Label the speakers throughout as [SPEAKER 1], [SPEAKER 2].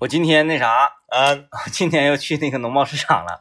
[SPEAKER 1] 我今天那啥，
[SPEAKER 2] 啊，
[SPEAKER 1] 今天又去那个农贸市场 了，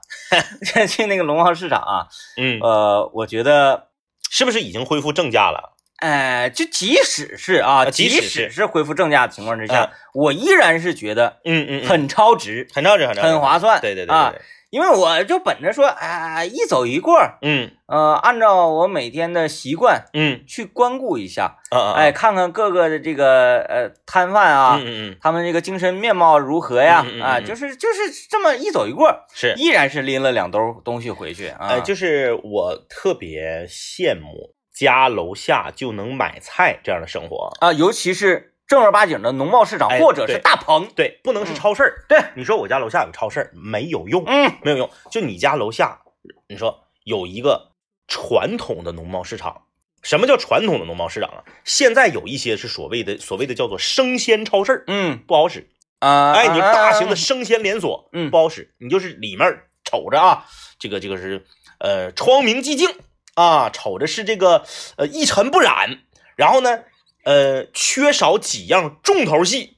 [SPEAKER 1] 去那个农贸市场啊，
[SPEAKER 2] 嗯，
[SPEAKER 1] 呃，我觉得，
[SPEAKER 2] 是不是已经恢复正价了？
[SPEAKER 1] 哎、就即使是啊，
[SPEAKER 2] 啊即使是
[SPEAKER 1] 使是恢复正价的情况之下，
[SPEAKER 2] 嗯
[SPEAKER 1] 我依然是觉得
[SPEAKER 2] 嗯嗯，
[SPEAKER 1] 很超值、
[SPEAKER 2] 很照着，很照
[SPEAKER 1] 很划算，
[SPEAKER 2] 对对对
[SPEAKER 1] 啊
[SPEAKER 2] 对，对，
[SPEAKER 1] 因为我就本着说，哎、一走一过，
[SPEAKER 2] 嗯
[SPEAKER 1] 呃，按照我每天的习惯
[SPEAKER 2] 嗯
[SPEAKER 1] 去光顾一下，
[SPEAKER 2] 啊啊，
[SPEAKER 1] 哎，看看各个的这个呃摊贩啊，
[SPEAKER 2] 嗯嗯嗯，
[SPEAKER 1] 他们这个精神面貌如何呀？
[SPEAKER 2] 嗯嗯嗯
[SPEAKER 1] 啊，
[SPEAKER 2] 嗯
[SPEAKER 1] 就是就是这么一走一过，
[SPEAKER 2] 是，
[SPEAKER 1] 依然是拎了两兜东西回去啊。
[SPEAKER 2] 呃，就是我特别羡慕家楼下就能买菜这样的生活。
[SPEAKER 1] 啊，尤其是正儿八经的农贸市场、
[SPEAKER 2] 哎
[SPEAKER 1] 或者是
[SPEAKER 2] 对
[SPEAKER 1] 大棚，
[SPEAKER 2] 对，不能是超市儿。
[SPEAKER 1] 嗯对，
[SPEAKER 2] 你说我家楼下有超市儿没有用，
[SPEAKER 1] 嗯，
[SPEAKER 2] 没有用。就你家楼下，你说有一个传统的农贸市场，什么叫传统的农贸市场啊？现在有一些是所谓的所谓的叫做生鲜超市儿，
[SPEAKER 1] 嗯
[SPEAKER 2] 不好使。
[SPEAKER 1] 啊，
[SPEAKER 2] 哎，你说大型的
[SPEAKER 1] 啊
[SPEAKER 2] 生鲜连锁，
[SPEAKER 1] 嗯
[SPEAKER 2] 不好使。你就是里面儿瞅着啊，这个这个是呃窗明几净啊，瞅着是这个呃一尘不染，然后呢呃缺少几样重头戏。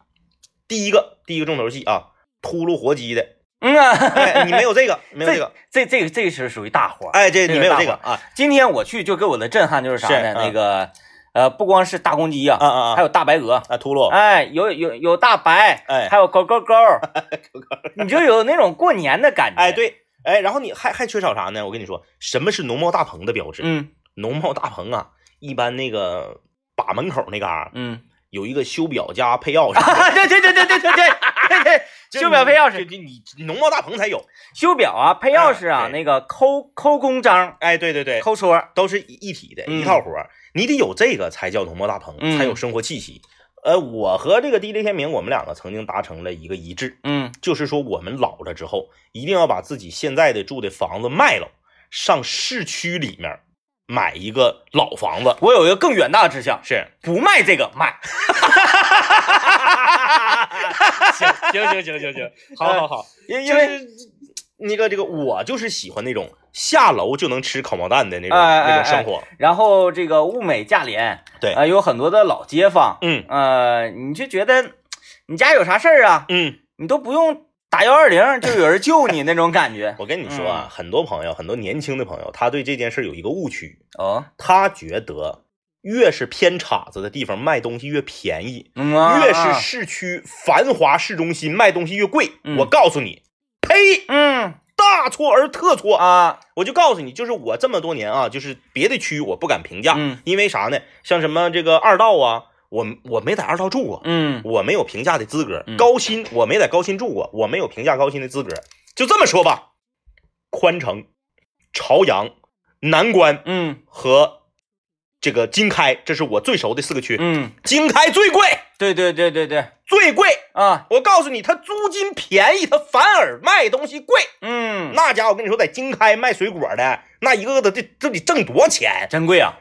[SPEAKER 2] 第一个第一个重头戏啊，秃噜活鸡的，
[SPEAKER 1] 嗯啊，
[SPEAKER 2] 哎，你没有这个，没有这个，
[SPEAKER 1] 这这个这个是属于大活。
[SPEAKER 2] 哎，这
[SPEAKER 1] 这个
[SPEAKER 2] 你没有
[SPEAKER 1] 大
[SPEAKER 2] 这个
[SPEAKER 1] 伙
[SPEAKER 2] 啊
[SPEAKER 1] 今天我去就给我的震撼就是啥呢？
[SPEAKER 2] 是
[SPEAKER 1] 那个呃，不光是大公鸡呀
[SPEAKER 2] 啊，啊
[SPEAKER 1] 还
[SPEAKER 2] 啊
[SPEAKER 1] 有大白鹅，
[SPEAKER 2] 啊，秃噜，
[SPEAKER 1] 哎，有有有大白，
[SPEAKER 2] 哎
[SPEAKER 1] 还有高高高，你就有那种过年的感觉。
[SPEAKER 2] 哎，，对，哎，然后你还还缺少啥呢？我跟你说，什么是农贸大棚的标志？
[SPEAKER 1] 嗯
[SPEAKER 2] 农贸大棚啊，一般那个把门口那嘎儿，
[SPEAKER 1] 嗯，
[SPEAKER 2] 有一个修表加配 钥匙，
[SPEAKER 1] 啊，对对对对对对对对对，修表配钥匙，
[SPEAKER 2] 就你你农贸大棚才有。
[SPEAKER 1] 修表啊，配钥匙啊，
[SPEAKER 2] 哎对
[SPEAKER 1] 那个抠抠公章、
[SPEAKER 2] 哎，对对对，
[SPEAKER 1] 抠戳，
[SPEAKER 2] 都是一一体的、
[SPEAKER 1] 嗯
[SPEAKER 2] 一套活儿，你得有这个才叫农贸大棚，
[SPEAKER 1] 嗯
[SPEAKER 2] 才有生活气息。呃，我和这个 DJ 天明，我们两个曾经达成了一个一致，
[SPEAKER 1] 嗯
[SPEAKER 2] 就是说我们老了之后，一定要把自己现在的住的房子卖了，上市区里面买一个老房子。
[SPEAKER 1] 我有一个更远大的志向，
[SPEAKER 2] 是，
[SPEAKER 1] 不卖这个卖，
[SPEAKER 2] 行行行行行行，好，
[SPEAKER 1] 因因
[SPEAKER 2] 就
[SPEAKER 1] 为
[SPEAKER 2] 是呃那个这个，我就是喜欢那种下楼就能吃烤毛蛋的那种
[SPEAKER 1] 哎哎
[SPEAKER 2] 那种生活。
[SPEAKER 1] 然后这个物美价廉，
[SPEAKER 2] 对
[SPEAKER 1] 啊，有很多的老街坊，
[SPEAKER 2] 嗯
[SPEAKER 1] 呃，你就觉得你家有啥事儿啊，
[SPEAKER 2] 嗯，。
[SPEAKER 1] 你都不用打幺二零，就有人救你那种感觉
[SPEAKER 2] 我跟你说
[SPEAKER 1] 嗯
[SPEAKER 2] 啊，很多朋友，很多年轻的朋友，他对这件事儿有一个误区，
[SPEAKER 1] 哦，
[SPEAKER 2] 他觉得越是偏岔子的地方卖东西越便宜，
[SPEAKER 1] 嗯啊
[SPEAKER 2] 越是市区繁华市中心卖东西越贵。
[SPEAKER 1] 嗯
[SPEAKER 2] 我告诉你，呸，
[SPEAKER 1] 嗯
[SPEAKER 2] 大错而特错！
[SPEAKER 1] 啊，
[SPEAKER 2] 我就告诉你，就是我这么多年啊，就是别的区我不敢评价，
[SPEAKER 1] 嗯
[SPEAKER 2] 因为啥呢？像什么这个二道啊，我我没在二道住过，
[SPEAKER 1] 嗯
[SPEAKER 2] 我没有评价的资格。
[SPEAKER 1] 嗯
[SPEAKER 2] 高新我没在高新住过，我没有评价高新的资格。就这么说吧，宽城、朝阳、南关
[SPEAKER 1] 嗯
[SPEAKER 2] 和这个经开，这是我最熟的四个区。
[SPEAKER 1] 嗯，
[SPEAKER 2] 经开最贵，
[SPEAKER 1] 对对对对对
[SPEAKER 2] 最贵。
[SPEAKER 1] 啊，
[SPEAKER 2] 我告诉你，它租金便宜，它反而卖东西贵。
[SPEAKER 1] 嗯，
[SPEAKER 2] 那家伙，我跟你说，在经开卖水果的那一个个的，这这得挣多少钱？
[SPEAKER 1] 真贵啊，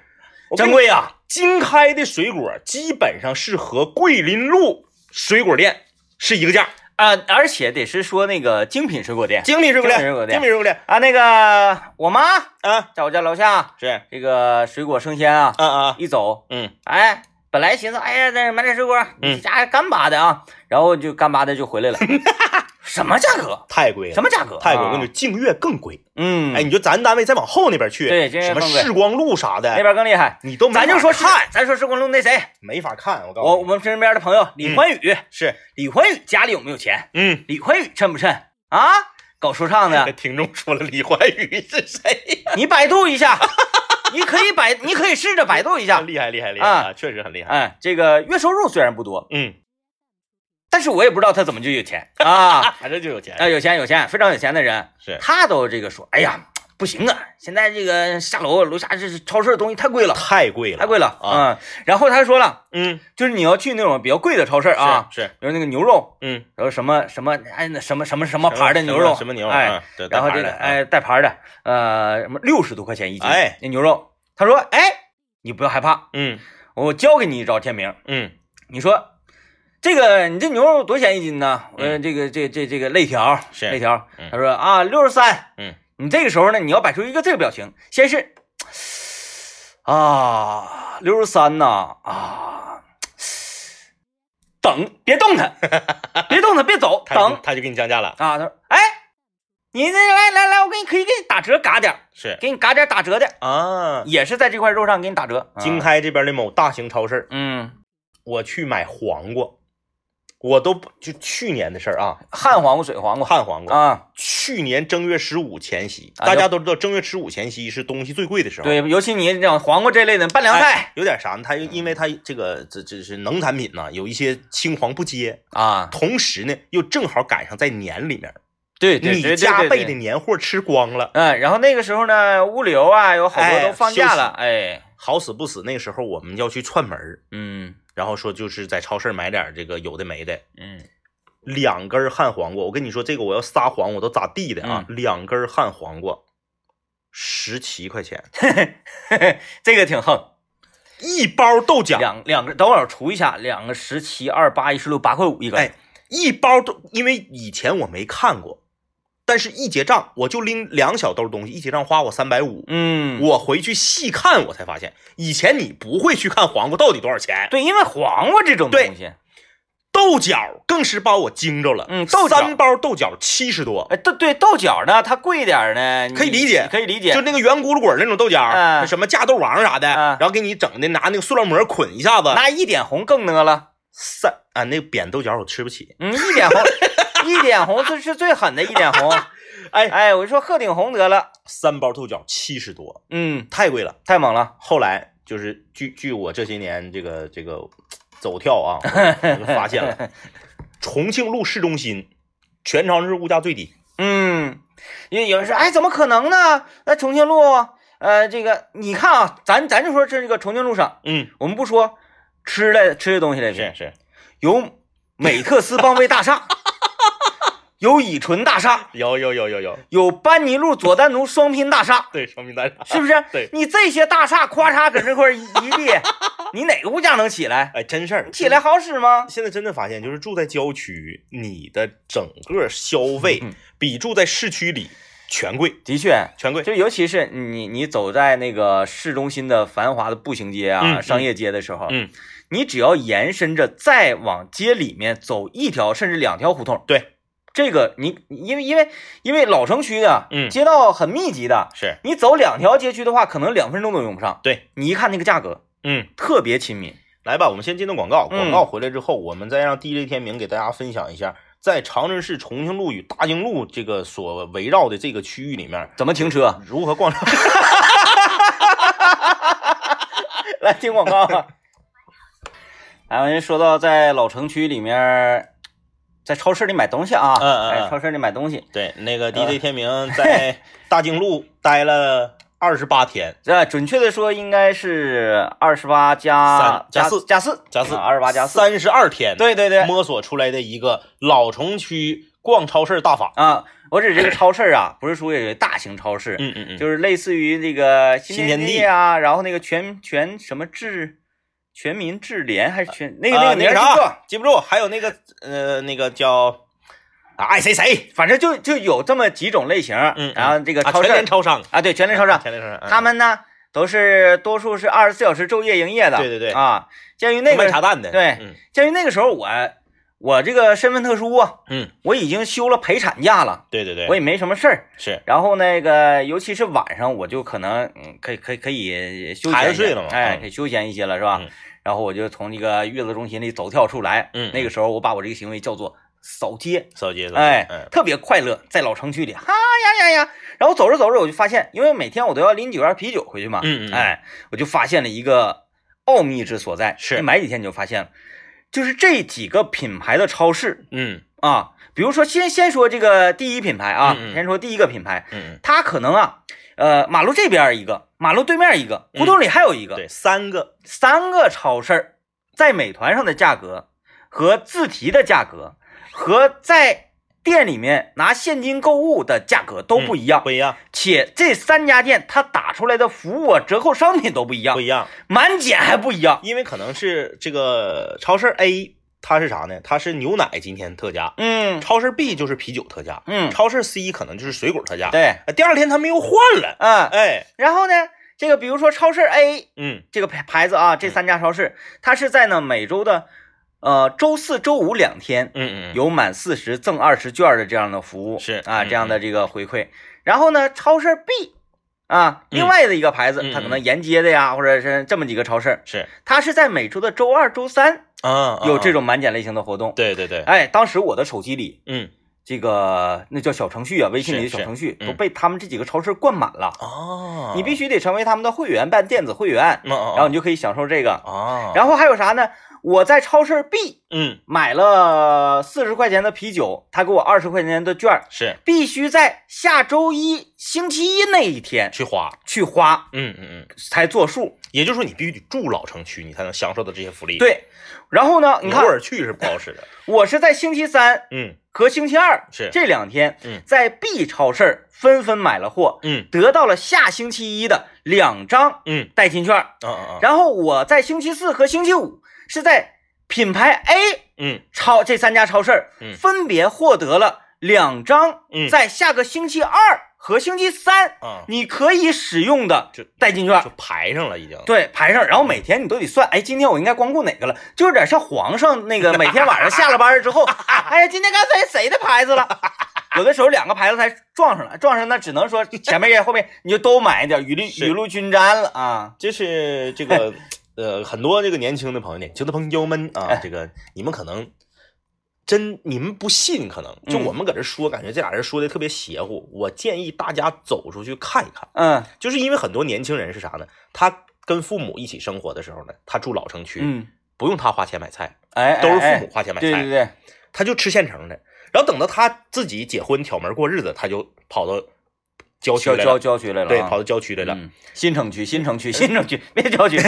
[SPEAKER 2] 我跟
[SPEAKER 1] 真
[SPEAKER 2] 你
[SPEAKER 1] 贵啊，
[SPEAKER 2] 经开的水果基本上是和桂林路水果店是一个价，
[SPEAKER 1] 啊、而且得是说那个精品水果店
[SPEAKER 2] 精品水果店，
[SPEAKER 1] 精品水果店
[SPEAKER 2] 精品水果店
[SPEAKER 1] 啊，那个我妈
[SPEAKER 2] 啊，
[SPEAKER 1] 在我家楼下
[SPEAKER 2] 是，啊
[SPEAKER 1] 这个水果生鲜啊，
[SPEAKER 2] 啊，
[SPEAKER 1] 一走，
[SPEAKER 2] 嗯
[SPEAKER 1] 哎。本来寻思，哎呀，那买点水果，
[SPEAKER 2] 嗯
[SPEAKER 1] 你家干巴的啊，然后就干巴的就回 来了。什么价格？
[SPEAKER 2] 太贵了，
[SPEAKER 1] 什么价格？
[SPEAKER 2] 太贵
[SPEAKER 1] 啊
[SPEAKER 2] 了？我跟你说，净月更贵。
[SPEAKER 1] 嗯，
[SPEAKER 2] 哎，，你就咱单位再往后那边去，
[SPEAKER 1] 对净月
[SPEAKER 2] 什么
[SPEAKER 1] 更贵
[SPEAKER 2] 世光路啥
[SPEAKER 1] 那
[SPEAKER 2] 的，
[SPEAKER 1] 边更厉害。
[SPEAKER 2] 你都没
[SPEAKER 1] 咱就
[SPEAKER 2] 法
[SPEAKER 1] 说
[SPEAKER 2] 看，
[SPEAKER 1] 看，咱说是光路那谁，
[SPEAKER 2] 没法看。我告
[SPEAKER 1] 我
[SPEAKER 2] 诉
[SPEAKER 1] 我
[SPEAKER 2] 你，
[SPEAKER 1] 们身边的朋友李欢宇，
[SPEAKER 2] 哦嗯是，
[SPEAKER 1] 李欢宇家里有没有钱？
[SPEAKER 2] 嗯，
[SPEAKER 1] 李欢宇衬不衬啊？搞说唱
[SPEAKER 2] 这
[SPEAKER 1] 的，
[SPEAKER 2] 听众说了，李怀宇是谁？
[SPEAKER 1] 你百度一下，你可以百，你可以试着百度一 下。
[SPEAKER 2] 厉害厉害厉害
[SPEAKER 1] 啊
[SPEAKER 2] 啊，确实很厉害。
[SPEAKER 1] 哎，这个月收入虽然不多，
[SPEAKER 2] 嗯，
[SPEAKER 1] 但是我也不知道他怎么就有钱 啊！
[SPEAKER 2] 反正就有钱。
[SPEAKER 1] 啊，有钱有钱，非常有钱的人，
[SPEAKER 2] 是
[SPEAKER 1] 他都这个说，哎呀，不行啊，现在这个下楼楼下这是超市的东西太贵了，
[SPEAKER 2] 太贵了，
[SPEAKER 1] 太贵了
[SPEAKER 2] 啊
[SPEAKER 1] 嗯，然后他说了，
[SPEAKER 2] 嗯，
[SPEAKER 1] 就是你要去那种比较贵的超市啊，
[SPEAKER 2] 是是，
[SPEAKER 1] 比如那个牛肉，
[SPEAKER 2] 嗯，
[SPEAKER 1] 然后什么什么哎那什么什么什么牌的
[SPEAKER 2] 什么
[SPEAKER 1] 牛肉，
[SPEAKER 2] 什么牛肉？
[SPEAKER 1] 哎，
[SPEAKER 2] 嗯，对
[SPEAKER 1] 然后
[SPEAKER 2] 带
[SPEAKER 1] 这
[SPEAKER 2] 牌
[SPEAKER 1] 个
[SPEAKER 2] 的啊
[SPEAKER 1] 哎带牌儿的，呃，什么六十多块钱一斤，
[SPEAKER 2] 哎，
[SPEAKER 1] 那牛肉，他说，哎，你不要害怕，
[SPEAKER 2] 嗯
[SPEAKER 1] 我教给你一招，天明，
[SPEAKER 2] 嗯
[SPEAKER 1] 你说这个你这牛肉多少钱一斤呢？呃，这个这这这个肋条
[SPEAKER 2] 嗯是
[SPEAKER 1] 肋条
[SPEAKER 2] 嗯，
[SPEAKER 1] 他说啊六十三，
[SPEAKER 2] 嗯，
[SPEAKER 1] 你这个时候呢，你要摆出一个这个表情，先是啊六十三呐 啊，等别动它，别动它，别走，
[SPEAKER 2] 他就
[SPEAKER 1] 等
[SPEAKER 2] 跟他就给你降价了，
[SPEAKER 1] 啊，他说，哎，你那来来来，我给你可以给你打折，嘎点儿，
[SPEAKER 2] 是
[SPEAKER 1] 给你嘎点儿打折的，
[SPEAKER 2] 啊。
[SPEAKER 1] 也是在这块肉上给你打折。啊
[SPEAKER 2] 经，开这边的某大型超市，
[SPEAKER 1] 嗯，
[SPEAKER 2] 我去买黄瓜，我都不就去年的事儿啊，
[SPEAKER 1] 旱黄瓜、水黄瓜
[SPEAKER 2] 旱黄瓜。
[SPEAKER 1] 啊，
[SPEAKER 2] 去年正月十五前夕，
[SPEAKER 1] 啊
[SPEAKER 2] 大家都知道正月十五前夕是东西最贵的时候。，
[SPEAKER 1] 对，尤其你这种黄瓜这类的拌凉
[SPEAKER 2] 哎
[SPEAKER 1] 菜，嗯
[SPEAKER 2] 有点啥呢？它因为它这个这这是农产品呐、有一些青黄不接，
[SPEAKER 1] 啊，
[SPEAKER 2] 同时呢又正好赶上在年里面，
[SPEAKER 1] 对对
[SPEAKER 2] 你
[SPEAKER 1] 对，
[SPEAKER 2] 家
[SPEAKER 1] 对
[SPEAKER 2] 备。的
[SPEAKER 1] 对对
[SPEAKER 2] 年货吃光了，
[SPEAKER 1] 嗯，然后那个时候呢，物流啊有好多
[SPEAKER 2] 哎
[SPEAKER 1] 都放假了，哎，
[SPEAKER 2] 好死不死那时候我们要去串门儿
[SPEAKER 1] 嗯
[SPEAKER 2] 然后说就是在超市买点儿这个有的没的，
[SPEAKER 1] 嗯，
[SPEAKER 2] 两根儿旱黄瓜，我跟你说，这个我要撒谎，我都咋地的
[SPEAKER 1] 嗯
[SPEAKER 2] 啊？两根儿旱黄瓜，十七块钱，
[SPEAKER 1] 这个挺横，
[SPEAKER 2] 一包豆角，
[SPEAKER 1] 两两个，等会儿我除一下，两个十七、二八、一十六，八块五一个，
[SPEAKER 2] 哎，一包豆，因为以前我没看过，但是一结账我就拎两小兜东西，一结账花我三百五。
[SPEAKER 1] 嗯，
[SPEAKER 2] 我回去细看，我才发现，以前你不会去看黄瓜到底多少钱，
[SPEAKER 1] 对，因为黄瓜这种
[SPEAKER 2] 对
[SPEAKER 1] 东西，
[SPEAKER 2] 豆角更是把我惊着了。
[SPEAKER 1] 嗯豆角
[SPEAKER 2] 三包豆角七十多，
[SPEAKER 1] 哎，豆对豆角呢，它贵点儿呢，你
[SPEAKER 2] 可以理解
[SPEAKER 1] 可以理解，
[SPEAKER 2] 就那个圆咕噜滚儿那种豆角，
[SPEAKER 1] 嗯
[SPEAKER 2] 什么架豆王啥的，
[SPEAKER 1] 嗯
[SPEAKER 2] 然后给你整的拿那个塑料膜捆一下子，
[SPEAKER 1] 那一点红更呢了，
[SPEAKER 2] 三啊，那个扁豆角我吃不起。
[SPEAKER 1] 嗯，一点红， 一点红这是最狠的一点红，
[SPEAKER 2] 哎
[SPEAKER 1] 哎，我就说鹤顶红得了，
[SPEAKER 2] 三包豆角七十多，
[SPEAKER 1] 嗯，
[SPEAKER 2] 太贵了。
[SPEAKER 1] 太猛 了，
[SPEAKER 2] 后来就是据据我这些年这个这个走跳啊，我就 发现了，重庆路市中心全长市物价最低。
[SPEAKER 1] 嗯，因为有人说，哎，怎么可能呢？那重庆路，呃，这个你看啊，咱咱就说这个重庆路上，
[SPEAKER 2] 嗯，
[SPEAKER 1] 我们不说吃的吃的东西来
[SPEAKER 2] 是
[SPEAKER 1] 着，
[SPEAKER 2] 是，
[SPEAKER 1] 有美特斯邦威大厦，有乙醇大厦。
[SPEAKER 2] 有有有有有，
[SPEAKER 1] 有班尼路佐丹奴双拼大厦，
[SPEAKER 2] 对，双拼大厦
[SPEAKER 1] 是不是？
[SPEAKER 2] 对
[SPEAKER 1] 你这些大厦夸嚓搁这块儿一一列，你哪个物价能起来？
[SPEAKER 2] 哎，真事儿。
[SPEAKER 1] 起来好使吗？
[SPEAKER 2] 现在真的发现，就是住在郊区，你的整个消费
[SPEAKER 1] 嗯
[SPEAKER 2] 比住在市区里全贵，
[SPEAKER 1] 的确，
[SPEAKER 2] 全贵。
[SPEAKER 1] 就尤其是你你走在那个市中心的繁华的步行街啊、
[SPEAKER 2] 嗯
[SPEAKER 1] 商业街的时候，
[SPEAKER 2] 嗯，
[SPEAKER 1] 你只要延伸着再往街里面走一条甚至两条胡同，
[SPEAKER 2] 对，
[SPEAKER 1] 这个你因为因为因为老城区啊，
[SPEAKER 2] 嗯
[SPEAKER 1] 街道很密集的，
[SPEAKER 2] 是
[SPEAKER 1] 你走两条街区的话，可能两分钟都用不上。
[SPEAKER 2] 对，
[SPEAKER 1] 你一看那个价格，
[SPEAKER 2] 嗯。
[SPEAKER 1] 特别亲民。
[SPEAKER 2] 来吧，我们先进段广告，
[SPEAKER 1] 嗯
[SPEAKER 2] 广告回来之后，我们再让 DJ 天明给大家分享一下，在长春市重庆路与大经路这个所围绕的这个区域里面，
[SPEAKER 1] 怎么停车？
[SPEAKER 2] 如何逛商场。
[SPEAKER 1] 来听广告啊！哎，我先说到在老城区里面儿，在超市里买东西啊，
[SPEAKER 2] 嗯嗯嗯
[SPEAKER 1] 哎，超市里买东西，
[SPEAKER 2] 对，那个 DJ 天明在大经路待了二十八天，
[SPEAKER 1] 这准确的说应该是二十八加
[SPEAKER 2] 三加
[SPEAKER 1] 加
[SPEAKER 2] 四
[SPEAKER 1] 加四
[SPEAKER 2] 加四
[SPEAKER 1] 啊二十八加四，
[SPEAKER 2] 三十二天，，
[SPEAKER 1] 对对对
[SPEAKER 2] 摸索出来的一个老城区逛超市大法。
[SPEAKER 1] 啊！我指这个超市啊， 不是说有大型超市，
[SPEAKER 2] 嗯嗯嗯，
[SPEAKER 1] 就是类似于这个
[SPEAKER 2] 新
[SPEAKER 1] 天
[SPEAKER 2] 天地
[SPEAKER 1] 啊，然后那个全全什么智全民智联还是全那个
[SPEAKER 2] 啊
[SPEAKER 1] 那个
[SPEAKER 2] 那个
[SPEAKER 1] 名儿记不住
[SPEAKER 2] 啥，记不住，还有那个呃那个叫啊爱谁谁，
[SPEAKER 1] 反正就就有这么几种类型，
[SPEAKER 2] 嗯
[SPEAKER 1] 然后这个
[SPEAKER 2] 啊
[SPEAKER 1] 超市
[SPEAKER 2] 全联超商，
[SPEAKER 1] 啊，对全联超商。
[SPEAKER 2] 全联超商，嗯
[SPEAKER 1] 他们呢都是多数是二十四小时昼夜营业的。
[SPEAKER 2] 对对对
[SPEAKER 1] 啊，鉴于那
[SPEAKER 2] 那卖
[SPEAKER 1] 个
[SPEAKER 2] 茶蛋的，
[SPEAKER 1] 对
[SPEAKER 2] 嗯
[SPEAKER 1] 鉴于那个时候我我这个身份特殊啊，
[SPEAKER 2] 嗯，
[SPEAKER 1] 我已经休了陪产假了，
[SPEAKER 2] 对对对，
[SPEAKER 1] 我也没什么事儿。
[SPEAKER 2] 是
[SPEAKER 1] 然后那个，尤其是晚上，我就可能嗯，可以可以可以休闲一些
[SPEAKER 2] 孩子睡了嘛
[SPEAKER 1] 哎，
[SPEAKER 2] 嗯
[SPEAKER 1] 可以休闲一些了，是吧？
[SPEAKER 2] 嗯
[SPEAKER 1] 然后我就从这个月子中心里走跳出来，
[SPEAKER 2] 嗯
[SPEAKER 1] 那个时候我把我这个行为叫做扫街，
[SPEAKER 2] 扫街，扫街
[SPEAKER 1] 哎
[SPEAKER 2] 嗯，
[SPEAKER 1] 特别快乐，在老城区里，哈呀呀呀！然后走着走着，我就发现，因为每天我都要拎几罐啤酒回去嘛，
[SPEAKER 2] 嗯嗯嗯
[SPEAKER 1] 哎，我就发现了一个奥秘之所在。
[SPEAKER 2] 是
[SPEAKER 1] 你买几天你就发现了，就是这几个品牌的超市
[SPEAKER 2] 嗯
[SPEAKER 1] 啊，比如说先先说这个第一品牌啊，
[SPEAKER 2] 嗯嗯
[SPEAKER 1] 先说第一个品牌，
[SPEAKER 2] 嗯，
[SPEAKER 1] 它可能啊，呃，马路这边一个，马路对面一个，胡同里还有一个，
[SPEAKER 2] 嗯对，三个
[SPEAKER 1] 三个超市儿在美团上的价格和自提的价格和在店里面拿现金购物的价格都不一样，
[SPEAKER 2] 不一样，
[SPEAKER 1] 且这三家店它打出来的服务啊、折扣商品都不一样
[SPEAKER 2] 不，一样，
[SPEAKER 1] 满减还不一样。
[SPEAKER 2] 因为可能是这个超市 A 它是啥呢？它是牛奶今天特价，
[SPEAKER 1] 嗯
[SPEAKER 2] 超市 B 就是啤酒特价，
[SPEAKER 1] 嗯，
[SPEAKER 2] 超市 C 可能就是水果特价，
[SPEAKER 1] 对，
[SPEAKER 2] 呃，第二天他们又换了，
[SPEAKER 1] 嗯，
[SPEAKER 2] 哎，
[SPEAKER 1] 然后呢，这个比如说超市哎 A
[SPEAKER 2] 嗯
[SPEAKER 1] 这个牌牌子啊，这三家超市，它是在呢每周的呃，周四周五两天
[SPEAKER 2] 嗯嗯，
[SPEAKER 1] 有满四十赠二十券的这样的服务，
[SPEAKER 2] 是
[SPEAKER 1] 啊，
[SPEAKER 2] 嗯
[SPEAKER 1] 这样的这个回馈。然后呢，超市 B 啊，另外的一个牌子，
[SPEAKER 2] 嗯
[SPEAKER 1] 它可能沿街的呀，或者是这么几个超市，
[SPEAKER 2] 是
[SPEAKER 1] 它是在每周的周二、周三
[SPEAKER 2] 啊，
[SPEAKER 1] 有这
[SPEAKER 2] 种，
[SPEAKER 1] 种满减类型的活动。
[SPEAKER 2] 对对对，
[SPEAKER 1] 哎，当时我的手机里
[SPEAKER 2] 嗯
[SPEAKER 1] 这个那叫小程序啊，微信里的小程序
[SPEAKER 2] 是嗯
[SPEAKER 1] 都被他们这几个超市灌满了。
[SPEAKER 2] 哦，
[SPEAKER 1] 你必须得成为他们的会员，办电子会员，
[SPEAKER 2] 嗯，然
[SPEAKER 1] 然后你就可以享受这个。
[SPEAKER 2] 啊，后
[SPEAKER 1] 然后还有啥呢？我在超市 B
[SPEAKER 2] 嗯
[SPEAKER 1] 买了四十块钱的啤酒，他给我二十块钱的券儿，
[SPEAKER 2] 是
[SPEAKER 1] 必须在下周一星期一那一天
[SPEAKER 2] 去花，
[SPEAKER 1] 去花
[SPEAKER 2] 嗯嗯嗯，
[SPEAKER 1] 才作数。
[SPEAKER 2] 也就是说你必须得住老城区，你才能享受到这些福利。，
[SPEAKER 1] 对，然后呢，
[SPEAKER 2] 嗯你
[SPEAKER 1] 你
[SPEAKER 2] 偶
[SPEAKER 1] 看
[SPEAKER 2] 尔去是不好使的。
[SPEAKER 1] 我是在星期三
[SPEAKER 2] 嗯
[SPEAKER 1] 和星期二
[SPEAKER 2] 是
[SPEAKER 1] 这两天，
[SPEAKER 2] 嗯
[SPEAKER 1] 在 B 超市纷纷买了货，
[SPEAKER 2] 嗯
[SPEAKER 1] 得到了下星期一的两张
[SPEAKER 2] 嗯，
[SPEAKER 1] 代金券儿。
[SPEAKER 2] 啊啊啊，
[SPEAKER 1] 然后我在星期四和星期五是在品牌 A
[SPEAKER 2] 嗯
[SPEAKER 1] 超这三家超市儿
[SPEAKER 2] 嗯
[SPEAKER 1] 分别获得了两张，
[SPEAKER 2] 嗯
[SPEAKER 1] 在下个星期二和星期三
[SPEAKER 2] 啊，
[SPEAKER 1] 你可以使用的
[SPEAKER 2] 就
[SPEAKER 1] 代金券
[SPEAKER 2] 就
[SPEAKER 1] 儿。
[SPEAKER 2] 排上了已经。
[SPEAKER 1] 对，排上，然后每天你都得算，哎，今天我应该光顾哪个了？就有点像皇上那 个每天晚上下了班儿之后，哎呀，今天该谁谁的牌子了？ 有的时候两个牌子才撞上了，撞上那只能说前面这后面你就都买一点，雨露
[SPEAKER 2] 是
[SPEAKER 1] 雨露均沾了啊。
[SPEAKER 2] 就是这个呃，很多这个年轻的朋友、年轻的朋友们
[SPEAKER 1] 哎
[SPEAKER 2] 啊，这个你们可能真你们不信，可能就
[SPEAKER 1] 嗯
[SPEAKER 2] 我们搁这说，感觉这俩人说的特别邪乎。我建议大家走出去看一看，
[SPEAKER 1] 嗯
[SPEAKER 2] 就是因为很多年轻人是啥呢？他跟父母一起生活的时候呢，他住老城区，
[SPEAKER 1] 嗯，
[SPEAKER 2] 不用他花钱买菜，
[SPEAKER 1] 哎，
[SPEAKER 2] 都是
[SPEAKER 1] 哎
[SPEAKER 2] 父母花钱买菜，
[SPEAKER 1] 对对对，
[SPEAKER 2] 他就吃现成的。然后等到他自己结婚挑门过日子，他就跑到郊区
[SPEAKER 1] 郊
[SPEAKER 2] 来
[SPEAKER 1] 郊
[SPEAKER 2] 了，
[SPEAKER 1] 郊区来了啊，
[SPEAKER 2] 对，跑到郊区来了。
[SPEAKER 1] 嗯新城区，新城区， 新城区，别 郊区，新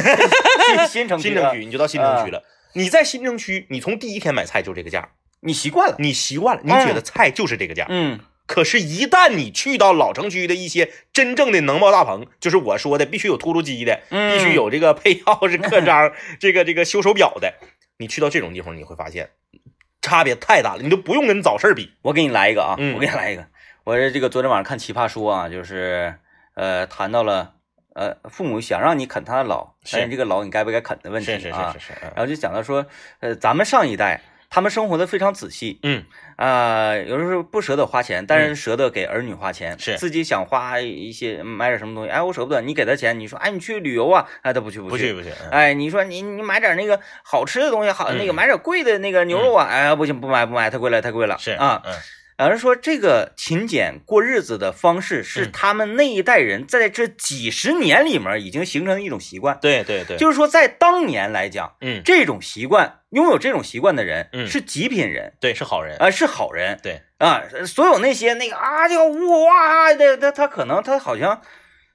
[SPEAKER 1] 新城区，啊
[SPEAKER 2] 新城，区，你就到新城区
[SPEAKER 1] 嗯
[SPEAKER 2] 了。你在新城区，你从第一天买菜就这个价，
[SPEAKER 1] 你习惯了，
[SPEAKER 2] 你习惯了，你觉得菜就是这个价。
[SPEAKER 1] 嗯
[SPEAKER 2] 可是，一旦你去到老城区的一些真正的能爆大棚，就是我说的必须有秃噜机的，
[SPEAKER 1] 嗯，
[SPEAKER 2] 必须有这个配钥匙、刻章，这个这个修手表的，你去到这种地方，你会发现差别太大了，你都不用跟早市比。
[SPEAKER 1] 我给你来一个啊，
[SPEAKER 2] 嗯
[SPEAKER 1] 我给你来一个。我这个昨天晚上看《奇葩说》啊，就是呃谈到了呃父母想让你啃他的老，
[SPEAKER 2] 是
[SPEAKER 1] 但是这个老你该不该啃的问题
[SPEAKER 2] 是
[SPEAKER 1] 啊。
[SPEAKER 2] 是是是是，嗯
[SPEAKER 1] 然后就讲到说，呃，咱们上一代他们生活的非常仔细，
[SPEAKER 2] 嗯
[SPEAKER 1] 啊、有的时候不舍得花钱，但是舍得给儿女花钱，
[SPEAKER 2] 是
[SPEAKER 1] 自己想花一些买点什么东西，哎，我舍不得，你给他钱，你说哎你去旅游啊，哎他不去不
[SPEAKER 2] 不去不去，嗯
[SPEAKER 1] 哎，你说你你买点那个好吃的东西，好那个
[SPEAKER 2] 嗯
[SPEAKER 1] 买点贵的那个牛肉啊，哎不行不买不买，太贵了太贵了，
[SPEAKER 2] 是
[SPEAKER 1] 啊，，
[SPEAKER 2] 嗯
[SPEAKER 1] 有人说，这个勤俭过日子的方式是
[SPEAKER 2] 嗯
[SPEAKER 1] 他们那一代人在这几十年里面已经形成的一种习惯。
[SPEAKER 2] 对对对，
[SPEAKER 1] 就是说，在当年来讲，
[SPEAKER 2] 嗯
[SPEAKER 1] 这种习惯拥有这种习惯的人
[SPEAKER 2] 嗯
[SPEAKER 1] 是极品人
[SPEAKER 2] 对是好人，
[SPEAKER 1] 啊、是好人
[SPEAKER 2] 对
[SPEAKER 1] 啊、所有那些那个啊，这个呜哇的，他他可能他好像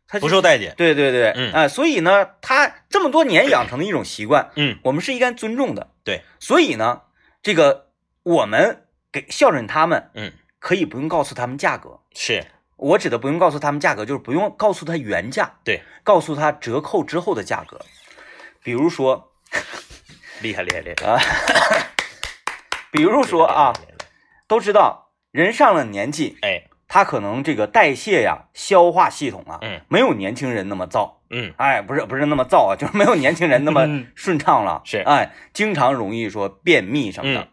[SPEAKER 1] 他就
[SPEAKER 2] 不受待见。
[SPEAKER 1] 对对对，
[SPEAKER 2] 嗯
[SPEAKER 1] 啊、所以呢，他这么多年养成的一种习惯，
[SPEAKER 2] 嗯，
[SPEAKER 1] 我们是应该尊重的。
[SPEAKER 2] 对，
[SPEAKER 1] 所以呢，这个我们给孝顺他们，
[SPEAKER 2] 嗯，
[SPEAKER 1] 可以不用告诉他们价格。
[SPEAKER 2] 是
[SPEAKER 1] 我指的不用告诉他们价格，就是不用告诉他原价，
[SPEAKER 2] 对，
[SPEAKER 1] 告诉他折扣之后的价格。比如说，
[SPEAKER 2] 厉害厉害厉害。
[SPEAKER 1] 比如
[SPEAKER 2] 不
[SPEAKER 1] 说啊，，都知道人上了年纪，
[SPEAKER 2] 哎，
[SPEAKER 1] 他可能这个代谢呀、消化系统啊，
[SPEAKER 2] 嗯
[SPEAKER 1] 没有年轻人那么燥。
[SPEAKER 2] 嗯，
[SPEAKER 1] 哎，不是不是那么燥啊，就是没有年轻人那么
[SPEAKER 2] 嗯
[SPEAKER 1] 顺畅了，
[SPEAKER 2] 是
[SPEAKER 1] 哎，经常容易说便秘什么的。
[SPEAKER 2] 嗯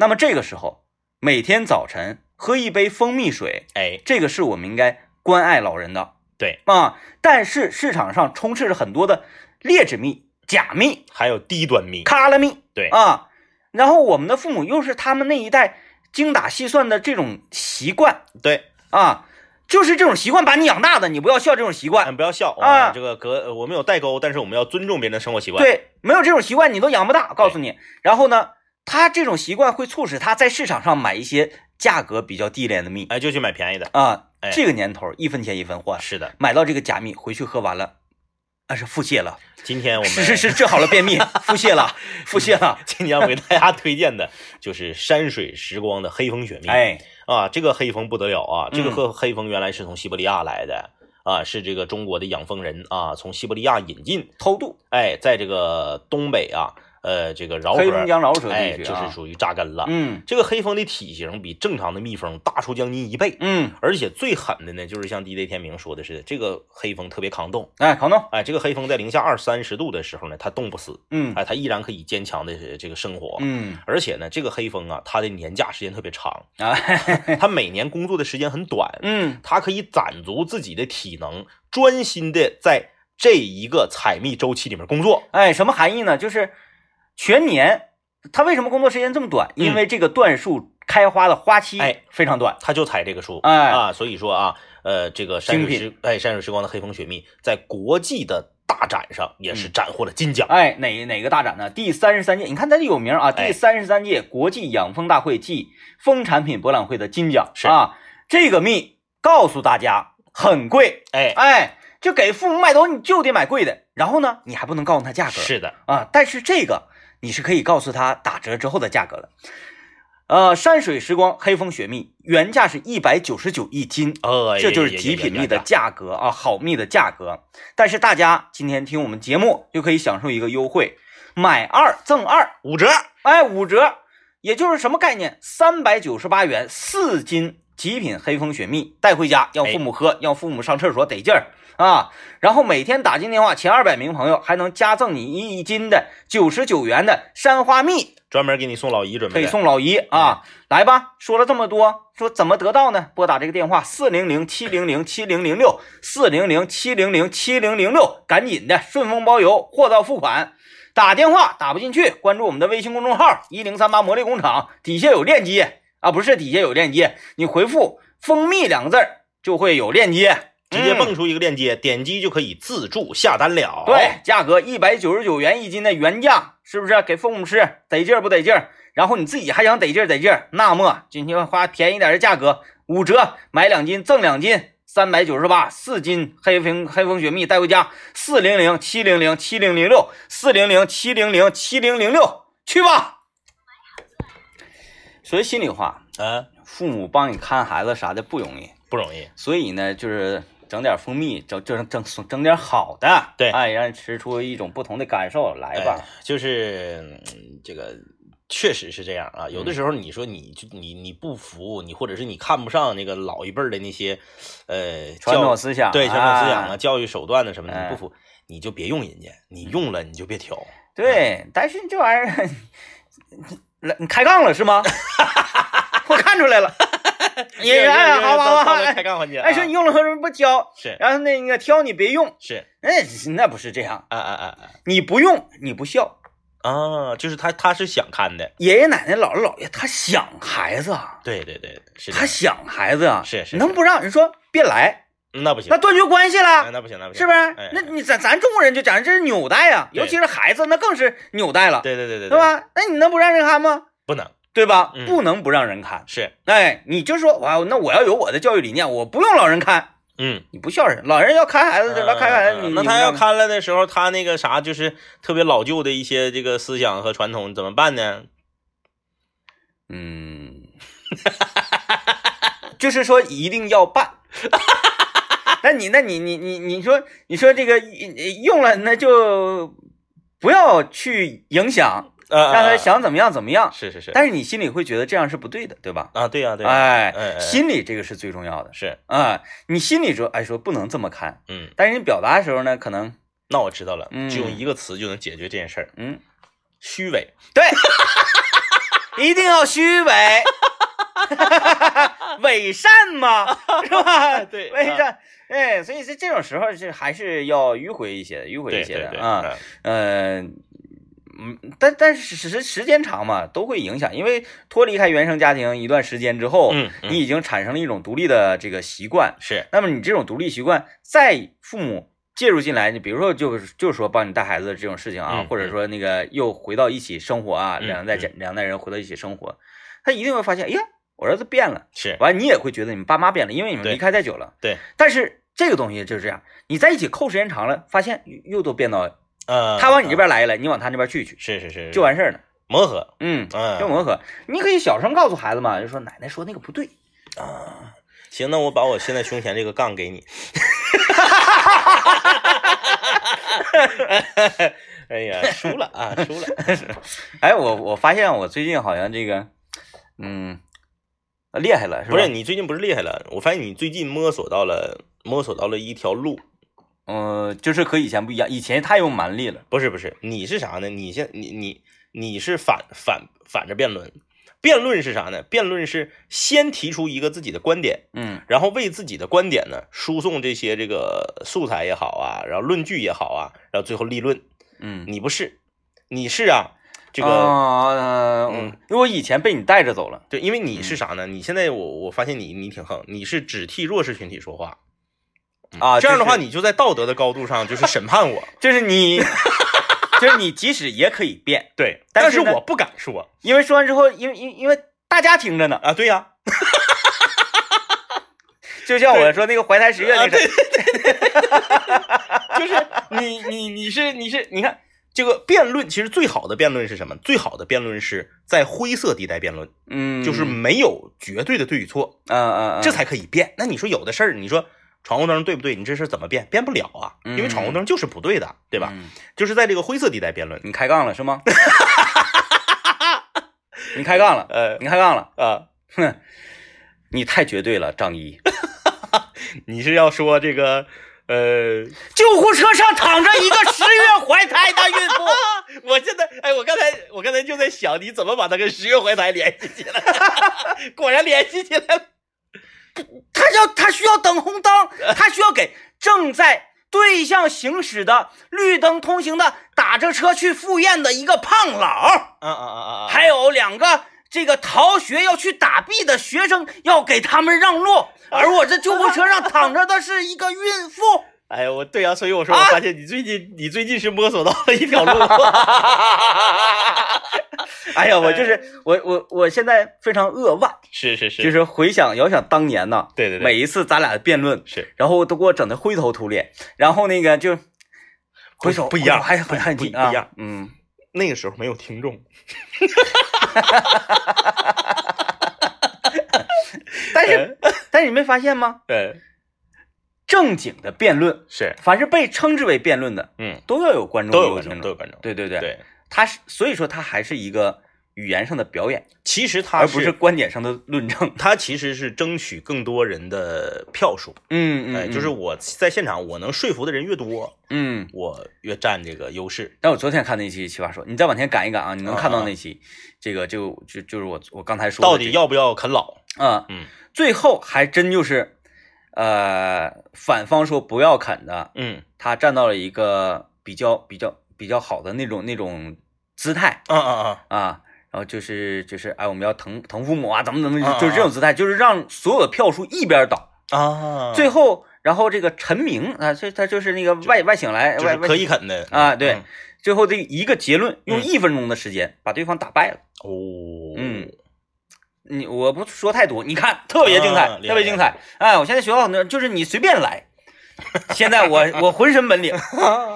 [SPEAKER 1] 那么这个时候，每天早晨喝一杯蜂蜜水，
[SPEAKER 2] 哎，
[SPEAKER 1] 这个是我们应该关爱老人的
[SPEAKER 2] 对，
[SPEAKER 1] 啊。但是市场上充斥着很多的劣质蜜、假蜜、
[SPEAKER 2] 还有低端蜜，
[SPEAKER 1] 卡拉蜜，
[SPEAKER 2] 嗯对
[SPEAKER 1] 啊，然后我们的父母又是他们那一代精打细算的这种习惯
[SPEAKER 2] 对，
[SPEAKER 1] 啊，就是这种习惯把你养大的，你不要笑这种习惯。
[SPEAKER 2] 嗯，不要笑
[SPEAKER 1] 啊
[SPEAKER 2] 这个隔呃我们有代沟，但是我们要尊重别人的生活习惯。，
[SPEAKER 1] 对，没有这种习惯你都养不大，告诉你。然后呢，他这种习惯会促使他在市场上买一些价格比较低廉的蜜
[SPEAKER 2] 哎，就去买便宜的。
[SPEAKER 1] 啊
[SPEAKER 2] 哎。
[SPEAKER 1] 这个年头一分钱一分换，
[SPEAKER 2] 是的，
[SPEAKER 1] 买到这个假蜜回去喝完了。啊，是腹泻了，
[SPEAKER 2] 今天我们
[SPEAKER 1] 是是是，治好了便秘，腹泻了，腹泻了。
[SPEAKER 2] 今天为大家推荐的就是山水时光的黑蜂雪蜜。，
[SPEAKER 1] 哎，
[SPEAKER 2] 啊，这个黑蜂不得了啊！这个
[SPEAKER 1] 嗯
[SPEAKER 2] 黑黑蜂原来是从西伯利亚来的。啊，是这个中国的养蜂人啊，从西伯利亚引进，
[SPEAKER 1] 偷渡，
[SPEAKER 2] 哎，在这个东北啊，呃这个饶河
[SPEAKER 1] 黑龙江饶河
[SPEAKER 2] 哎
[SPEAKER 1] 地区
[SPEAKER 2] 就是
[SPEAKER 1] 啊，
[SPEAKER 2] 属于扎根了。
[SPEAKER 1] 嗯
[SPEAKER 2] 这个黑蜂的体型比正常的蜜蜂大出将近一倍，
[SPEAKER 1] 嗯，
[SPEAKER 2] 而且最狠的呢，就是像 DJ 天明说的是，这个黑蜂特别抗冻。
[SPEAKER 1] 哎，扛冻，
[SPEAKER 2] 哎，这个黑蜂在零下二三十度的时候呢，它冻不死，
[SPEAKER 1] 嗯
[SPEAKER 2] 哎，它依然可以坚强的这个生活。
[SPEAKER 1] 嗯
[SPEAKER 2] 而且呢，这个黑蜂啊，它的年假时间特别长，
[SPEAKER 1] 啊，
[SPEAKER 2] 它每年工作的时间很短，
[SPEAKER 1] 嗯
[SPEAKER 2] 它可以攒足自己的体能，专心的在这一个采蜜周期里面工作。
[SPEAKER 1] 哎，什么含义呢？就是全年，它为什么工作时间这么短？因为这个椴树开花的花期
[SPEAKER 2] 嗯哎
[SPEAKER 1] 非常短。
[SPEAKER 2] 它就采这个树，
[SPEAKER 1] 哎
[SPEAKER 2] 啊，所以说啊，呃，这个山水
[SPEAKER 1] 精
[SPEAKER 2] 时哎山水时光的黑蜂雪蜜在国际的大展上也
[SPEAKER 1] 嗯
[SPEAKER 2] 是斩获了金奖。
[SPEAKER 1] 哎，哪哪个大展呢？第三十三届，你看它就有名啊！
[SPEAKER 2] 哎
[SPEAKER 1] 第三十三届国际养蜂大会暨蜂产品博览会的金奖
[SPEAKER 2] 是
[SPEAKER 1] 啊！这个蜜告诉大家很贵，
[SPEAKER 2] 哎，
[SPEAKER 1] 哎，就给父母买东西你就得买贵的，然后呢，你还不能告诉他价格，
[SPEAKER 2] 是的，
[SPEAKER 1] 啊，但是这个你是可以告诉他打折之后的价格的。呃，山水时光黑蜂雪蜜原价是一百九十九一斤，
[SPEAKER 2] 呃，
[SPEAKER 1] 这就是
[SPEAKER 2] 也
[SPEAKER 1] 极品蜜。
[SPEAKER 2] 也也
[SPEAKER 1] 的
[SPEAKER 2] 也
[SPEAKER 1] 价格啊，好蜜的价格。但是大家今天听我们节目就可以享受一个优惠，买二赠二，
[SPEAKER 2] 五折，
[SPEAKER 1] 哎，五折，也就是什么概念？三百九十八元四斤极品黑蜂雪蜜带回家，让
[SPEAKER 2] 哎
[SPEAKER 1] 父母喝，让父母上厕所得劲儿啊！然后每天打进电话前二百名朋友还能加赠你一斤的九十九元的山花蜜，
[SPEAKER 2] 专门给你送老姨准
[SPEAKER 1] 可
[SPEAKER 2] 备
[SPEAKER 1] 以
[SPEAKER 2] 的。哎
[SPEAKER 1] 送老姨啊！来吧，说了这么多，说怎么得到呢？拨打这个电话四零零七零零七零零六四零零七零零七零零六，赶紧的，顺丰包邮，货到付款。打电话打不进去，关注我们的微信公众号“一零三八魔力工厂”，底下有链接啊，不是底下有链接，你回复“蜂蜜”两个字儿就会有链接，
[SPEAKER 2] 直接
[SPEAKER 1] 嗯
[SPEAKER 2] 蹦出一个链接，点击就可以自助下单了。
[SPEAKER 1] 对，，价格一百九十九元一斤的原价，是不是给父母吃得劲儿不得劲儿？然后你自己还想得劲儿得劲儿，那么今天花便宜点的价格，五折买两斤赠两斤，三百九十八四斤黑蜂黑蜂雪蜜带回家，四零零七零零七零零六四零零七零零七零零六，去吧。说心里话，
[SPEAKER 2] 嗯，
[SPEAKER 1] 父母帮你看孩子啥的不容易，
[SPEAKER 2] 不容易。
[SPEAKER 1] 所以呢，就是整点蜂蜜，整整整整点好的，
[SPEAKER 2] 对
[SPEAKER 1] 哎，让你吃出一种不同的感受来吧。
[SPEAKER 2] 哎就是嗯这个。确实是这样
[SPEAKER 1] 嗯
[SPEAKER 2] 啊，有的时候你说你就你你不服，你或者是你看不上那个老一辈儿的那些，呃，
[SPEAKER 1] 传
[SPEAKER 2] 教
[SPEAKER 1] 统思想，
[SPEAKER 2] 对传统思想啊、
[SPEAKER 1] 哎
[SPEAKER 2] 教育手段呢什么的，
[SPEAKER 1] 哎
[SPEAKER 2] 你不服你就别用人家，你用了你就别挑。
[SPEAKER 1] 对，
[SPEAKER 2] 嗯
[SPEAKER 1] 但是这玩意儿，来，你开杠了是 吗？我看出来了，你哎，好好好，
[SPEAKER 2] 开
[SPEAKER 1] 哎，
[SPEAKER 2] 杠环节啊。
[SPEAKER 1] 哎说你用了为什么不教？
[SPEAKER 2] 是
[SPEAKER 1] 然后那个挑你别用，
[SPEAKER 2] 是
[SPEAKER 1] 哎，那不是这样，
[SPEAKER 2] 啊啊啊
[SPEAKER 1] 你不用你不孝。
[SPEAKER 2] 啊啊，就是他他是想看的，
[SPEAKER 1] 爷爷奶奶、姥姥姥爷，他想孩子，啊，
[SPEAKER 2] 对对对，是
[SPEAKER 1] 他想孩子啊，
[SPEAKER 2] 是是是
[SPEAKER 1] 能不让人说别来，
[SPEAKER 2] 这样那不行
[SPEAKER 1] 那，断绝关系了
[SPEAKER 2] 哎。那不行那不行，
[SPEAKER 1] 是不是？
[SPEAKER 2] 哎
[SPEAKER 1] 那你咱咱中国人就讲这是纽带啊，
[SPEAKER 2] 对
[SPEAKER 1] 尤其是孩子，那更是纽带了，
[SPEAKER 2] 对对对对
[SPEAKER 1] 对？吧？那你能不让人看吗？
[SPEAKER 2] 不能
[SPEAKER 1] 对吧？
[SPEAKER 2] 嗯
[SPEAKER 1] 不能不让人看。
[SPEAKER 2] 是，
[SPEAKER 1] 哎，你就说哇，那我要有我的教育理念，我不用老人看，
[SPEAKER 2] 嗯，
[SPEAKER 1] 你不孝顺，老人要看孩子就来看孩子，你
[SPEAKER 2] 嗯那
[SPEAKER 1] 你
[SPEAKER 2] 他
[SPEAKER 1] 不
[SPEAKER 2] 要
[SPEAKER 1] 让
[SPEAKER 2] 看了的时候，他那个啥就是特别老旧的一些这个思想和传统怎么办呢？
[SPEAKER 1] 嗯，就是说一定要 办。那你那你你你你说你说这个用了那就不要去影响，
[SPEAKER 2] 呃，
[SPEAKER 1] 让他
[SPEAKER 2] 呃
[SPEAKER 1] 想怎么样怎么样。
[SPEAKER 2] 是是是
[SPEAKER 1] 但是你心里会觉得这样是不对的，对吧？
[SPEAKER 2] 啊，对呀对呀，
[SPEAKER 1] 哎
[SPEAKER 2] 哎哎，
[SPEAKER 1] 心里这个是最重要的
[SPEAKER 2] 是，
[SPEAKER 1] 啊！你心里说，哎，说不能这么看，
[SPEAKER 2] 嗯，
[SPEAKER 1] 但是你表达的时候呢，可能，
[SPEAKER 2] 那我知道了，
[SPEAKER 1] 嗯
[SPEAKER 2] 就用一个词就能解决这件事儿，
[SPEAKER 1] 嗯，
[SPEAKER 2] 虚伪。
[SPEAKER 1] 对，一定要虚 伪，伪善 嘛，是吧？
[SPEAKER 2] 对啊
[SPEAKER 1] 伪善，哎，所以在这种时候是还是要迂回一些，迂回
[SPEAKER 2] 对
[SPEAKER 1] 一些
[SPEAKER 2] 对对
[SPEAKER 1] 的啊，，嗯。嗯，但但是时时间长嘛，都会影响，因为脱离开原生家庭一段时间之后，
[SPEAKER 2] 嗯嗯
[SPEAKER 1] 你已经产生了一种独立的这个习惯，
[SPEAKER 2] 是
[SPEAKER 1] 那么你这种独立习惯，在父母介入进来，你比如说就是就是说帮你带孩子这种事情啊，
[SPEAKER 2] 嗯
[SPEAKER 1] 或者说那个又回到一起生活啊，
[SPEAKER 2] 嗯
[SPEAKER 1] 两代家两代人回到一起生活，他一定会发现，哎呀，我儿子变了。
[SPEAKER 2] 是，
[SPEAKER 1] 完，你也会觉得你们爸妈变了，因为你们
[SPEAKER 2] 对
[SPEAKER 1] 离开太久了。
[SPEAKER 2] 对
[SPEAKER 1] 但是这个东西就是这样，你在一起扣时间长了，发现又又都变到
[SPEAKER 2] 呃，
[SPEAKER 1] 他往你这边来了，你往他那边去去，
[SPEAKER 2] 是是是，
[SPEAKER 1] 就完事儿了。
[SPEAKER 2] 磨合，
[SPEAKER 1] 嗯，
[SPEAKER 2] 嗯，
[SPEAKER 1] 就磨合。你可以小声告诉孩子嘛，就说奶奶说那个不对，
[SPEAKER 2] 行，那我把我现在胸前这个杠给你。 哎呀，输了啊，输 了。
[SPEAKER 1] 哎，我我发现我最近好像这个，嗯，厉害了，是吧？
[SPEAKER 2] 不是你最近不是厉害了？我发现你最近摸索到了，摸索到了一条路。
[SPEAKER 1] 嗯、就是和以前不一样，以前太用蛮力了。
[SPEAKER 2] 不是不是，你是啥呢？你现你你你是反反反着辩论，辩论是啥呢？辩论是先提出一个自己的观点，
[SPEAKER 1] 嗯
[SPEAKER 2] 然后为自己的观点呢输送这些这个素材也好啊，然后论据也好啊，然后最后立论。
[SPEAKER 1] 嗯，
[SPEAKER 2] 你不是，你是啊，这个、
[SPEAKER 1] 啊
[SPEAKER 2] 嗯
[SPEAKER 1] 嗯，因为我以前被你带着走了。
[SPEAKER 2] 对，因为你是啥呢？
[SPEAKER 1] 嗯
[SPEAKER 2] 你现在我我发现你你挺横，你是只替弱势群体说话。嗯
[SPEAKER 1] 啊
[SPEAKER 2] 这样的话，
[SPEAKER 1] 就是
[SPEAKER 2] 你就在道德的高度上 就是审判我，
[SPEAKER 1] 就是 你，就是你，即使也可以变，
[SPEAKER 2] 对，
[SPEAKER 1] 但
[SPEAKER 2] 但
[SPEAKER 1] 是
[SPEAKER 2] 是
[SPEAKER 1] 呢
[SPEAKER 2] 我不敢说
[SPEAKER 1] 因为说完之后，因为因为因为大家听着呢，
[SPEAKER 2] 啊，对呀、
[SPEAKER 1] 就像我说那个怀胎十月那
[SPEAKER 2] 啊
[SPEAKER 1] 个事儿，
[SPEAKER 2] 就是你你你是你是你看这个辩论，其实最好的辩论是什么？最好的辩论是在灰色地带辩论，
[SPEAKER 1] 嗯，
[SPEAKER 2] 就是
[SPEAKER 1] 嗯
[SPEAKER 2] 没有绝对的对与错，
[SPEAKER 1] 嗯嗯，
[SPEAKER 2] 这才可以辩。那你说有的事儿，你说闯红灯对不对？你这事儿怎么辩？辩不了啊，因为闯红灯就是不对的，对
[SPEAKER 1] 对
[SPEAKER 2] 吧？？就是在这个灰色地带辩论。
[SPEAKER 1] 你开杠了是吗？ 你开杠了，
[SPEAKER 2] 呃
[SPEAKER 1] 你开杠了，
[SPEAKER 2] 啊，
[SPEAKER 1] 你太绝对了，张一。
[SPEAKER 2] 你是要说这个呃，
[SPEAKER 1] 救护车上躺着一个十月怀胎的孕 妇，
[SPEAKER 2] 我现在哎，我刚才我刚才就在想你怎么把它跟十月怀胎联系起来， 果然联系起来了。
[SPEAKER 1] 她要她需要等红 灯，她需要给正在对向行驶的绿灯通行的打着车去赴宴的一个胖佬。
[SPEAKER 2] 啊啊啊啊！
[SPEAKER 1] 还有两个这个逃学要去打币的学生要给他们让路，而我这救护车上躺着的是一个孕妇。
[SPEAKER 2] 哎呀，我对呀、所以我说，我
[SPEAKER 1] 啊
[SPEAKER 2] 发现你最近、 你最近是摸索到了一条路。
[SPEAKER 1] 哎呀，我就是我我我现在非常扼腕，
[SPEAKER 2] 是是是，
[SPEAKER 1] 就是是回想遥想当年呐，
[SPEAKER 2] 对对对
[SPEAKER 1] 每一次咱俩的辩论，
[SPEAKER 2] 是
[SPEAKER 1] 然后都给我整的灰头土脸，然后那个就回首
[SPEAKER 2] 不一样
[SPEAKER 1] 回首还还
[SPEAKER 2] 不
[SPEAKER 1] 不
[SPEAKER 2] 一不一样，
[SPEAKER 1] 嗯，
[SPEAKER 2] 那个时候没有听 众，
[SPEAKER 1] 但
[SPEAKER 2] 嗯呃
[SPEAKER 1] 是但是你没发现吗？
[SPEAKER 2] 对，
[SPEAKER 1] 正经的辩论，
[SPEAKER 2] 是，
[SPEAKER 1] 凡是被称之为辩论的，
[SPEAKER 2] 嗯，
[SPEAKER 1] 都要有观众，
[SPEAKER 2] 都有
[SPEAKER 1] 有
[SPEAKER 2] 观
[SPEAKER 1] 听
[SPEAKER 2] 众，
[SPEAKER 1] 众
[SPEAKER 2] 都有观众，
[SPEAKER 1] 对对对，
[SPEAKER 2] 对。
[SPEAKER 1] 他是所以说他还是一个语言上的表演，
[SPEAKER 2] 其实他
[SPEAKER 1] 而不是观点上的论证。
[SPEAKER 2] 他其实是争取更多人的票数，
[SPEAKER 1] 嗯
[SPEAKER 2] 哎，就是我在现场我能说服的人越多，
[SPEAKER 1] 嗯。
[SPEAKER 2] 我越占这个优势。
[SPEAKER 1] 但我昨天看那期《奇葩说》，你再往前赶一赶啊，你能看
[SPEAKER 2] 啊
[SPEAKER 1] 到
[SPEAKER 2] 啊
[SPEAKER 1] 那期，这个就就就是我我刚才说的
[SPEAKER 2] 到底
[SPEAKER 1] 这
[SPEAKER 2] 要不要啃老？
[SPEAKER 1] 啊，
[SPEAKER 2] 嗯
[SPEAKER 1] 最后还真就是，呃，反方说不要砍的，
[SPEAKER 2] 嗯
[SPEAKER 1] 他站到了一个比较比较比较好的那种那种姿态
[SPEAKER 2] 啊啊啊！
[SPEAKER 1] 啊，然后就是就是哎，我们要疼疼父母啊，怎么怎么，
[SPEAKER 2] 啊啊
[SPEAKER 1] 就是这种姿态，就是让所有的票数一边倒。
[SPEAKER 2] 啊，
[SPEAKER 1] 最后，然后这个陈明啊，这他就是那个外外请来，
[SPEAKER 2] 就
[SPEAKER 1] 外
[SPEAKER 2] 是
[SPEAKER 1] 外
[SPEAKER 2] 可以
[SPEAKER 1] 请
[SPEAKER 2] 啃的
[SPEAKER 1] 哎啊，对
[SPEAKER 2] 嗯，
[SPEAKER 1] 最后这一个结论，用
[SPEAKER 2] 嗯
[SPEAKER 1] 一分钟的时间把对方打败了。
[SPEAKER 2] 哦，
[SPEAKER 1] 嗯，你我不说太多，你看特别精彩，
[SPEAKER 2] 啊厉害
[SPEAKER 1] 特别精彩。哎，我现在学到很多，就是你随便来。现在 我我浑身本领，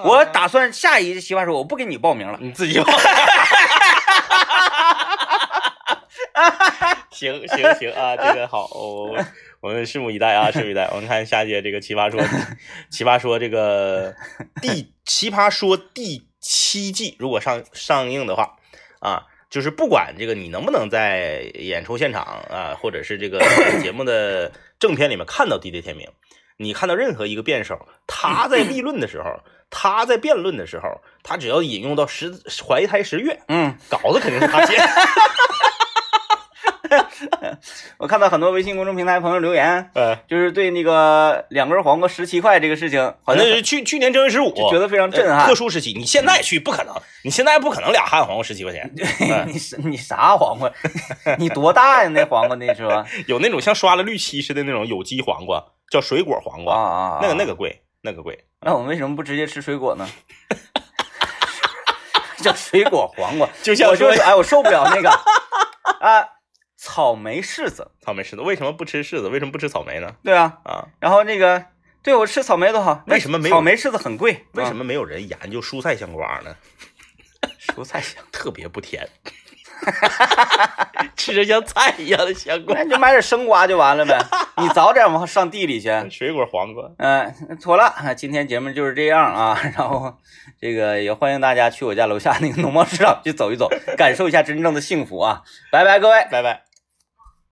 [SPEAKER 1] 我打算下一奇葩说我不给你报名了。
[SPEAKER 2] 你自己吧。行行行啊，这个好，我我我们拭目以待啊，拭目以待。我们看下届这个奇葩说，奇葩说这个第奇葩说第七季如果上上映的话啊，就是不管这个你能不能在演出现场啊，或者是这个 节目的正片里面看到 DJ 天明，你看到任何一个辩手，他在立论的时候，他在辩论的时候，他只要引用到十怀胎十月，
[SPEAKER 1] 嗯，
[SPEAKER 2] 稿子肯定是 他写。
[SPEAKER 1] 我看到很多微信公众平台朋友留言，
[SPEAKER 2] 呃，
[SPEAKER 1] 就是对那个两根黄瓜十七块这个事情，好
[SPEAKER 2] 反
[SPEAKER 1] 像
[SPEAKER 2] 正是去去年正月十五，
[SPEAKER 1] 觉得非常震
[SPEAKER 2] 呃
[SPEAKER 1] 撼
[SPEAKER 2] 特。殊时期，你现在去不可能，你现在不可能俩汉黄瓜十七 块钱，嗯
[SPEAKER 1] 你是你啥黄瓜？ 你多大呀？那黄瓜那 啊是吧？
[SPEAKER 2] 有那种像刷了绿漆似的那种有机黄瓜，叫水果黄
[SPEAKER 1] 啊
[SPEAKER 2] 瓜，
[SPEAKER 1] 啊啊！
[SPEAKER 2] 那个那个贵，那个贵。
[SPEAKER 1] 那我们为什么不直接吃水果呢？ 叫水果黄瓜，
[SPEAKER 2] 就像
[SPEAKER 1] 我就
[SPEAKER 2] 说
[SPEAKER 1] 是哎，我受不了那个啊，草莓柿子，
[SPEAKER 2] 草莓柿子为什么不吃柿子？为什么不吃草莓呢？
[SPEAKER 1] 对啊，
[SPEAKER 2] 啊，
[SPEAKER 1] 然后那个对我吃草莓多好，
[SPEAKER 2] 为什么没有
[SPEAKER 1] 草莓柿子很贵？
[SPEAKER 2] 为什
[SPEAKER 1] 啊
[SPEAKER 2] 么没有人研究蔬菜香瓜呢？
[SPEAKER 1] 蔬菜香？
[SPEAKER 2] 特别不甜。 吃着像菜一样的香
[SPEAKER 1] 那
[SPEAKER 2] 瓜，
[SPEAKER 1] 你就买点生瓜就完了 呗。你早点往上地里去。
[SPEAKER 2] 水果黄瓜。
[SPEAKER 1] 嗯、妥了，啊今天节目就是这样啊。然后这个也欢迎大家去我家楼下那个农贸市场去走一走，感受一下真正的幸福啊！拜拜，各位。
[SPEAKER 2] 拜拜。